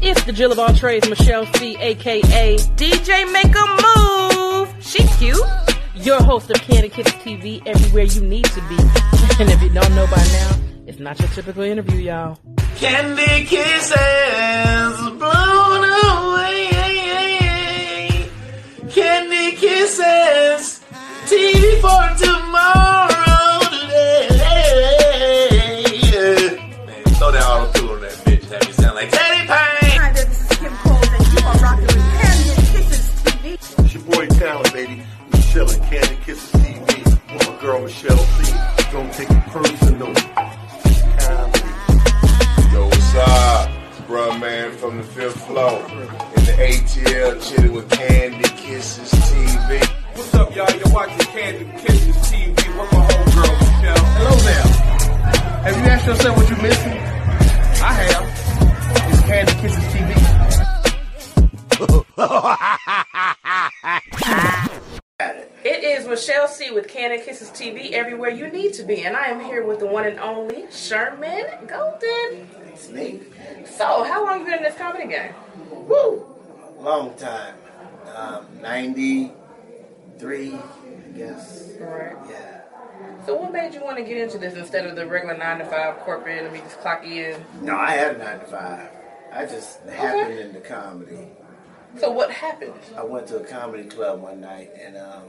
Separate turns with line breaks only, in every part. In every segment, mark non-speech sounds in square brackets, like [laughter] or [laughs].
It's the Jill of all trades, Michelle C, aka
DJ make a move. She cute.
your host of Candy Kicks TV, everywhere you need to be. [laughs] And if you don't know by now, it's not your typical interview, y'all.
Candy kisses blown away. Candy kisses. TV for tomorrow today. Man, throw that auto tune on that bitch. Have me sound like Teddy Payne.
Hi there, this is Kim Cole, and you are rocking with Candy and Kisses TV.
It's your boy Talent, baby. Michelle and Candy Kisses TV. With my girl Michelle C. Don't take it personal. Kindly.
Yo, what's up? It's Bruh man from the fifth floor. In the ATL, chilling with Candy Kisses TV.
What's up, y'all? You're watching Candy Kisses TV with my homegirl, Michelle. Hello there. Have you asked yourself what you're missing? I have. It's Candy Kisses TV.
It is Michelle C with Candy Kisses TV, everywhere you need to be. And I am here with the one and only Sherman Golden.
It's me.
So, how long you been in this comedy game?
Woo! Long time. Um, 93, I guess.
Right.
Yeah.
So, what made you want to get into this instead of the regular 9 to 5 corporate and we just clock in?
No, I had a 9 to 5. I just happened into comedy.
So, what happened?
I went to a comedy club one night and um,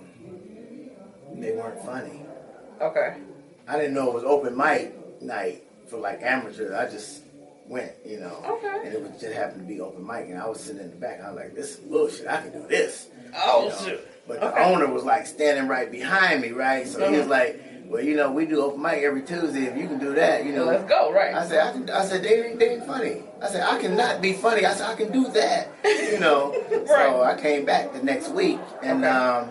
they weren't funny.
Okay.
I didn't know it was open mic night for like amateurs. I just went, you know.
Okay.
And it was, just happened to be open mic. And I was sitting in the back. I was like, this is bullshit. I can do this.
Oh,
you know.
shoot.
But
okay. Uh-huh.
the owner was like standing right behind me, right? So he was like, "Well, you know, we do open mic every Tuesday. If you can do that, you know,
Let's go, right.
I said, I, can, "I said they they ain't funny." I said, "I cannot be funny." I said, "I can do that," you
[laughs]
know. So I came back the next week, and um,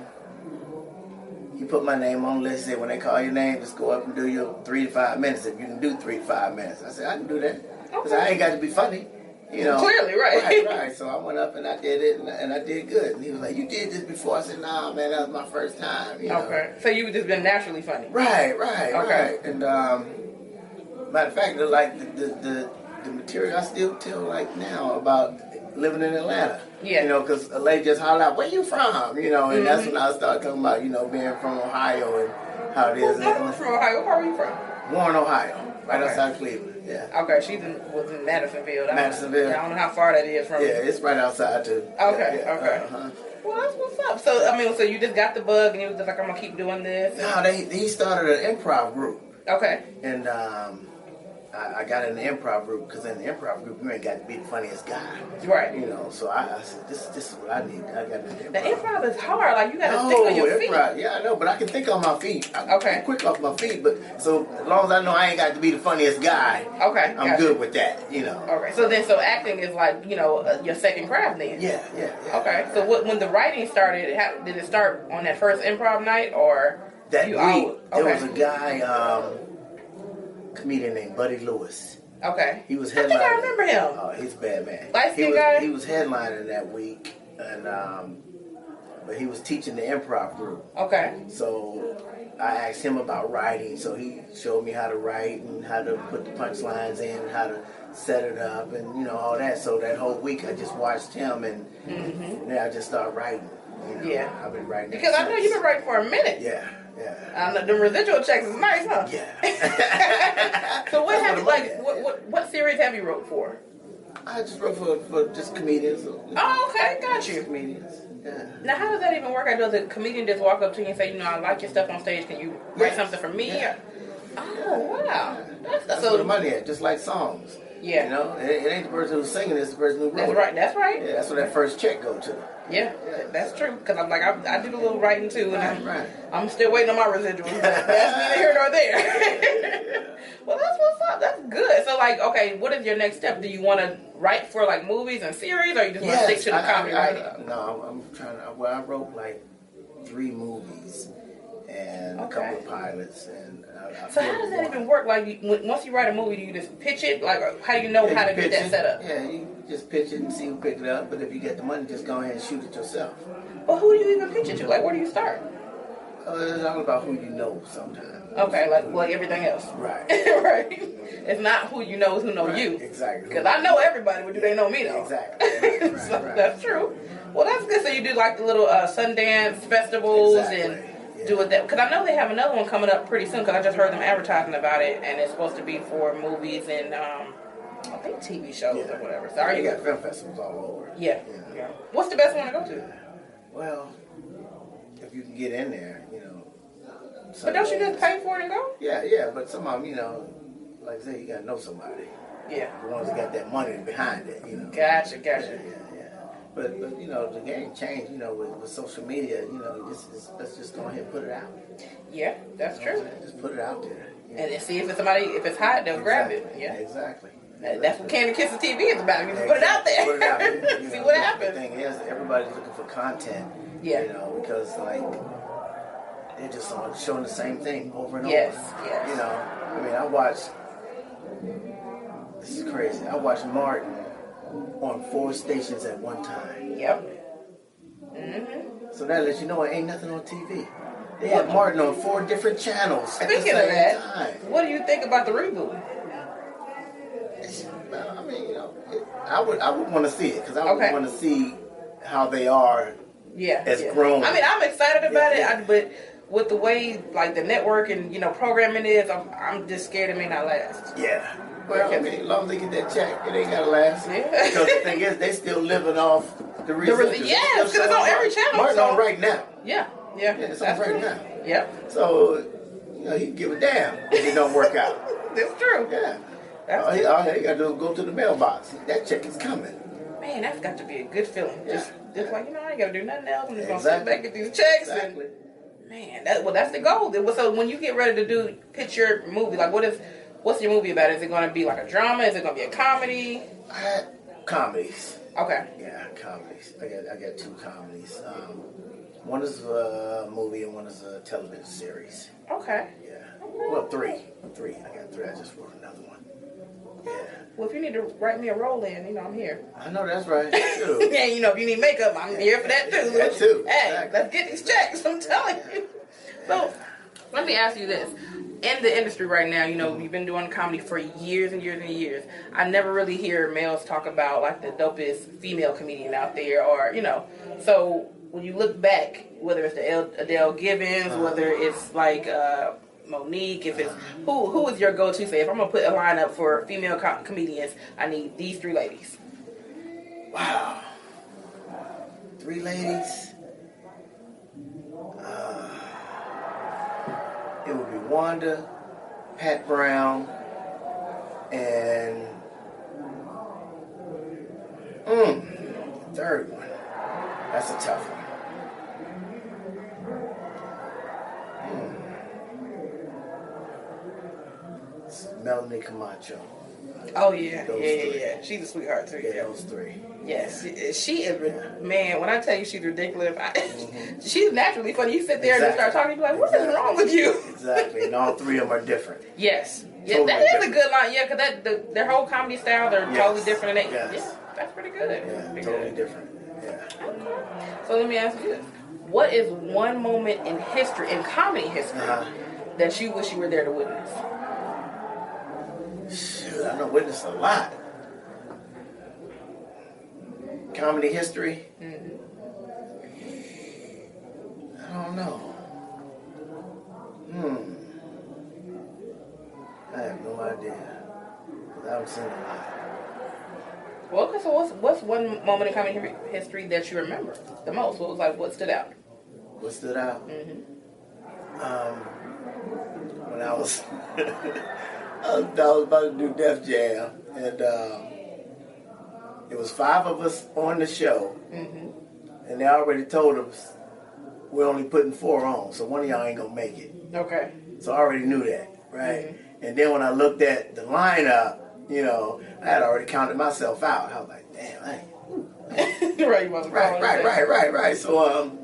you put my name on the list. Said when they call your name, just go up and do your three to five minutes. If you can do three to five minutes, I said, "I can do that." I said, "I ain't got to be funny." You know,
Clearly, right. [laughs]
right, right. So I went up and I did it, and I, and I did good. And he was like, "You did this before?" I said, "Nah, man, that was my first time." You know?
Okay. So, you've just been naturally funny.
Right, right,
Okay.
right. And um, matter of fact, like the, the the the material I still tell like now about living in Atlanta.
Yeah.
You know, because a lady just hollered out, "Where you from?" You know, and that's when
Mm-hmm.
I started talking about you know being from Ohio and how it is. in
I'm
Atlanta.
from Ohio. Where are you from?
Warren, Ohio, right
Okay.
outside Cleveland. Yeah.
Okay, she in, was in Madisonville. I don't-
Madisonville.
I don't know how far that is from.
Yeah, it's right outside too.
Okay,
Yeah, yeah,
okay.
uh-huh.
Well, that's what's up. So I mean, so you just got the bug, and you was just like, I'm gonna keep doing this.
No, they he started an improv group.
Okay.
And um, I, I got in the improv group because in the improv group, you ain't got to be the funniest guy.
Right.
You know, so I, I said, this, this is what I need. I got to do
The improv is hard. Like you gotta
No,
think on your feet.
improv. Yeah, I know, but I can think on my feet. I'm
Okay.
quick off my feet, but so as long as I know I ain't got to be the funniest guy,
Okay,
I'm
gotcha.
good with that, you know.
All right. So then, so acting is like you know uh, your second craft then.
Yeah, yeah, yeah.
Okay. So what, when the writing started, how, did it start on that first improv night or
That
you
week,
all-
there
okay.
was a guy, um, comedian named Buddy Lewis.
okay.
He was headlining.
I think I remember him.
Oh, he's a bad man.
Light-skinned
he was,
guy?
He was headlining that week, and um, but he was teaching the improv group.
Okay.
So I asked him about writing. So he showed me how to write and how to put the punchlines in, and how to set it up, and you know all that. So that whole week I just watched him, and then I just started writing. You know,
Mm-hmm. Yeah.
I've been writing
Because I know you've been Uh, writing for a minute.
Yeah, yeah,
I know the residual checks is nice, huh?
yeah.
[laughs] So what
[laughs] That's
have you
I'm
like?
at.
What, what what series have you wrote for?
I just wrote for, for just comedians.
Oh, okay, got
Just
you.
comedians. Yeah.
Now, how does that even work? out? Does a comedian just walk up to you and say, you know, I like your stuff on stage. Can you write
Yes.
something for me?
Yeah.
Oh, wow. That's,
That's
so,
where the money at, just like songs.
Yeah.
You know, it, it ain't the person who's singing, it's the person who wrote
That's
it.
right. That's right.
Yeah, that's where that first check go to.
Yeah, that's true. Because I'm like, I, I do a little writing too, and I'm,
Right, right.
I'm still waiting on my residuals. but that's neither here nor there. [laughs] well, that's what's up. That's good. So, like, okay, what is your next step? Do you want to write for like movies and series, or you just want to stick to the
I- I-
comedy
I-
writing?
No, I'm, I'm trying to, well, I wrote like three movies and a couple
Okay.
of pilots. and I, I
So how does that even work? Like, you, when, once you write a movie, do you just pitch it? Like, or how do you know how to get that set up?
Yeah, you just pitch it and see who pick it up. But if you get the money, just go ahead and shoot it yourself.
But who do you even pitch it to? Like, where do you start?
Uh, it's all about who you know sometimes.
Okay, like like everything else.
Right.
[laughs] right. It's not who you know is who know you.
Exactly.
Because I know everybody, but do they know me though? [laughs]
Exactly. Right,
so
right, right.
That's true. Well, that's good. So you do like the little uh, Sundance festivals and
Exactly, yeah.
do it that because I know they have another one coming up pretty soon. Because I just heard them advertising about it, and it's supposed to be for movies and um, I think TV shows or whatever. So are
You
you?
got film festivals all over.
Yeah. yeah. What's the best one to go to?
Well, if you can get in there, you know.
But don't you just pay for it and go?
Yeah, yeah, but some of them, you know, like I said, you gotta know somebody.
Yeah.
The ones that got that money behind it, you know.
Gotcha. Gotcha.
Yeah, yeah. But, but you know the game changed. You know with, with social media. You know it's, it's, let's just go ahead and put it out.
Yeah. That's true.
Just put it out there. You know,
And then see if it's somebody if it's hot, they'll grab it.
exactly,
Yeah.
exactly.
That- That's what Candy Kisses TV is about. You just put it out there.
Put it
[laughs]
out there. You
see
know,
what
the
happens.
thing is, everybody's looking for content.
Yeah.
You know because like they're just all showing the same thing over and
Yes,
over.
yes.
You know I mean I watched. This is crazy. I watched Martin on four stations at one time.
Yep.
So that lets you know it ain't nothing on TV. They had Martin on four different channels at the
Speaking
same
of that,
time.
what do you think about the reboot?
It's- well, I mean, you know, it, I would I would want to see it because I would
Okay.
want to see how they are.
Yeah,
It's
yeah.
grown.
I mean, I'm excited about
Yeah.
it, I, but with the way like the network and you know programming is, I'm, I'm just scared it may not last.
Yeah. Well, I mean, as long as they get that check, it ain't gotta last.
Yeah.
Because the thing is, they still living off the residuals. They
yes,
still
'cause it's
selling
on every
Martin.
channel,
Martin
so-
on right now.
Yeah, yeah,
Yeah, it's on right now.
Yep,
So, you know, he can give a damn if it don't work out. [laughs]
that's true.
Yeah.
That's
all, he, all he gotta do is go to the mailbox. That check is coming.
Man, that's got to be a good feeling. Just, just like you know, I ain't gotta do nothing else. I'm just gonna sit
Exactly.
back at these checks. and-
Exactly.
man, that well, that's the goal. That- well, So when you get ready to do pitch your movie, like what is, what's your movie about? Is it gonna be like a drama? Is it gonna be a comedy?
I had comedies.
Okay,
Yeah, comedies. I got I got two comedies. Um, one is a movie and one is a television series.
okay.
Yeah. Well, three, three. I got three. I just wrote another one. Yeah.
Well, if you need to write me a role in, you know I'm here.
I know that's right. Shoot.
[laughs] yeah, you know, if you need makeup, I'm here for that too.
That too.
Hey,
Exactly.
let's get these checks. I'm telling you. So, let me ask you this: in the industry right now, you know, you've been doing comedy for years and years and years. I never really hear males talk about like the dopest female comedian out there, or you know. So when you look back, whether it's the El- Adele Givens, whether
Uh-huh.
it's like. uh Monique, if it's who who is your go-to? Say if I'm gonna put a line up for female com- comedians, I need these three ladies.
Wow. Three ladies. Uh, it would be Wanda, Pat Brown, and mm, third one. That's a tough one. Mm. It's Melanie Camacho.
Oh yeah,
Those
yeah, yeah,
three.
yeah. She's a sweetheart too.
Yeah,
Yeah,
those three.
yes, she, she is. rid- Man, when I tell you she's ridiculous, I, [laughs] she's naturally funny. You sit there and just start talking, you're like, "What is
Mm-hmm. Exactly.
wrong with you?"
Exactly, and all three of them are different.
Yes, yeah,
Totally
that is a
different.
good line. Yeah, because that the, their whole comedy style they're
Yes.
totally different. And they,
Yes.
yeah, that's pretty good.
Yeah,
Pretty
totally
good.
different. Yeah.
So let me ask you this: What is one moment in history, in comedy history,
Uh-huh.
that you wish you were there to witness?
Shoot, I know witnessed a lot. Comedy history. I don't know. Hmm. I have no idea. 'Cause I haven't seen a lot.
Well, okay, so what's what's one moment in comedy hi- history that you remember the most? What was like what stood out?
What stood out? Um, when I was, [laughs] I was I was about to do Def Jam, and um, it was five of us on the show, and they already told us we're only putting four on, so one of y'all ain't gonna make it.
Okay.
So I already knew that, right? And then when I looked at the lineup, you know, I had already counted myself out. I was like, damn, I ain't
right, you wasn't
Right,
calling
right,
it.
right, right, right. So um,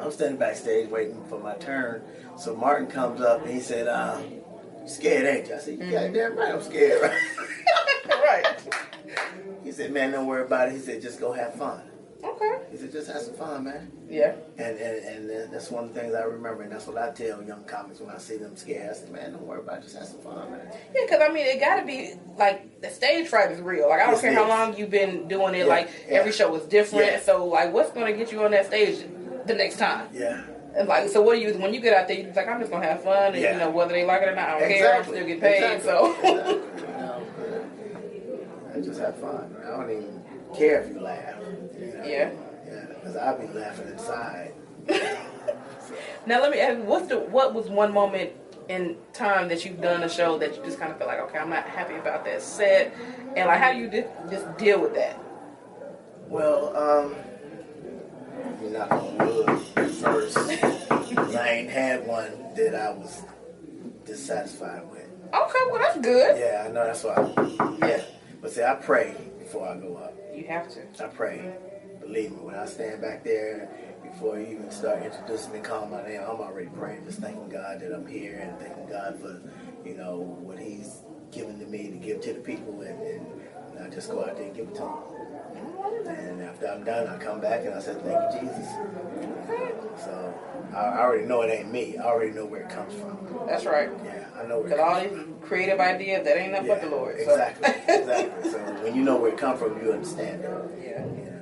I'm standing backstage waiting for my turn. So Martin comes up and he said, um, "You scared, ain't you?" I said, "You goddamn right, I'm scared." [laughs] Right?
right.
he said, "Man, don't worry about it." He said, "Just go have fun."
Okay.
He said, just have some fun, man.
Yeah.
And, and and that's one of the things I remember, and that's what I tell young comics when I see them scared. I say, man, don't worry about it. Just have some fun, man.
Yeah, because I mean, it got to be like the stage fright is real. Like I don't
It's
care how
real.
long you've been doing it.
Yeah,
Like
yeah.
every show is different.
Yeah.
So like, what's gonna get you on that stage the next time?
Yeah.
And like, so what do you when you get out there? You're just like, I'm just gonna have fun, and
Yeah.
you know whether they like it or not, I don't care. I'm still getting paid.
Exactly.
So
Exactly. You know, I just have fun. I don't even care if you laugh. you know.
[laughs] Yeah.
Yeah, because I'll be laughing inside.
now let me ask, you, what's the what was one moment in time that you've done a show that you just kind of feel like, okay, I'm not happy about that set, and like, how do you di- just deal with that?
Well, um, you're not gonna look first. 'Cause I ain't had one that I was dissatisfied with.
Okay, well that's good.
Yeah, I know that's why. I, yeah, but see, I pray before I go up.
You have to.
I pray. Believe me, when I stand back there, before you even start introducing me, calling my name, I'm already praying, just thanking God that I'm here and thanking God for, you know, what He's given to me to give to the people, and, and I just go out there and give it to Him. And after I'm done, I come back and I say, thank you, Jesus. So I I already know it ain't me. I already know where it comes from.
That's right.
Yeah, I know where it
Because
comes
all these creative ideas that ain't nothing but the Lord. So.
Exactly, exactly. So when you know where it come from, you understand it.
[laughs] Yeah.
You know.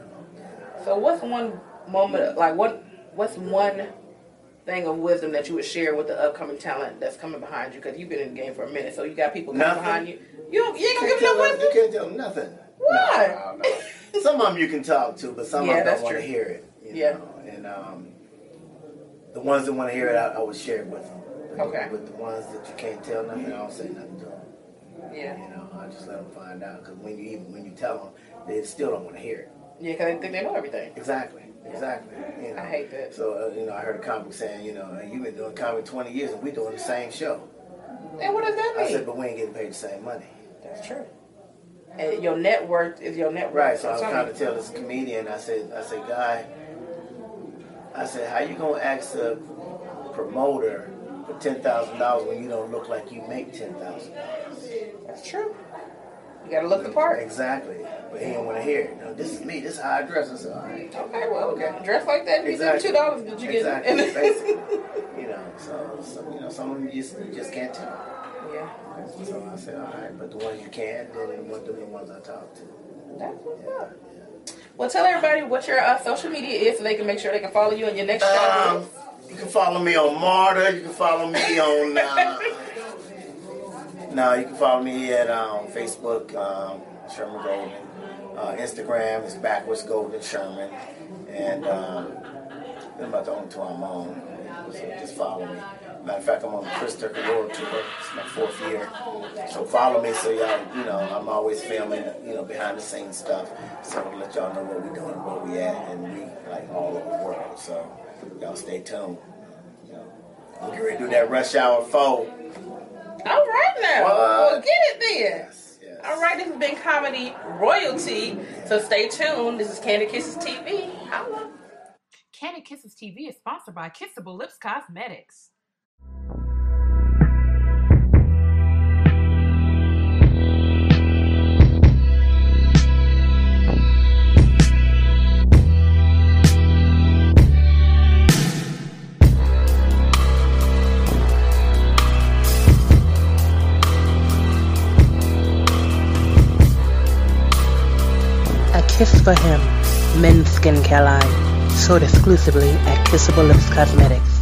So what's one moment like what what's one thing of wisdom that you would share with the upcoming talent that's coming behind you? Because you've been in the game for a minute, so you got people coming
Nothing.
behind you. You don't, you ain't gonna
can't
give them
tell
no
them, you
wisdom.
can't tell them nothing.
Why?
No, no, no. Some of them you can talk to, but some
Yeah,
of them
that's
don't want to
true.
hear it. You
Yeah.
Know? And um, the ones that want to hear it, I, I would share it with them.
Okay.
But the ones that you can't tell nothing, I don't say nothing to them. You
Yeah,
know, I just let them find out. Because when you even when you tell them, they still don't want to hear it.
yeah, because they think they know everything.
Exactly. Exactly. You know.
I hate that.
So uh, you know, I heard a comic saying, you know, you've been doing comedy 20 years and we doing the same show.
And what does that
I
mean?
said, but we ain't getting paid the same money.
that's true. And your net worth is your net worth.
Right, so I was
Something-
trying to tell this comedian, I said, I said, guy, I said, how you gonna ask a promoter for ten thousand dollars when you don't look like you make ten thousand?
That's true. You gotta look the part.
Exactly, but he didn't want to hear it. No, this is me. This is how I dress. I said, all right.
Okay, well, dress like that. You
Exactly.
two dollars that you get. [laughs]
Exactly. Basically, you know, so, so you know, some of them you just you just can't tell.
yeah,
So I said, all right, but the ones you can, then what them the ones I talk to.
that's what's
Yeah.
up. Well, tell everybody what your uh, social media is so they can make sure they can follow you in your next show.
Um, you can follow me on Marta. You can follow me on. Uh, no, you can follow me at um, Facebook, um, Sherman Golden. Uh, Instagram is backwards Golden Sherman, and um, I'm about the only two I'm on. So just follow me. Matter of fact, I'm on the Chris Tucker World Tour. It's my fourth year, so follow me. So y'all, you know, I'm always filming, you know, behind the scenes stuff. So to let y'all know what we're doing, where we at, and we like all over the world. So y'all stay tuned. We get ready to do that rush hour four.
All right now.
What?
Well, get it then.
Yes, yes.
All right, this has been Comedy Royalty. So stay tuned. This is Candy Kisses TV. Holla.
Candy Kisses TV is sponsored by Kissable Lips Cosmetics.
A Kiss for Him, Men's Skin Care Line, sold exclusively at Kissable Lips Cosmetics.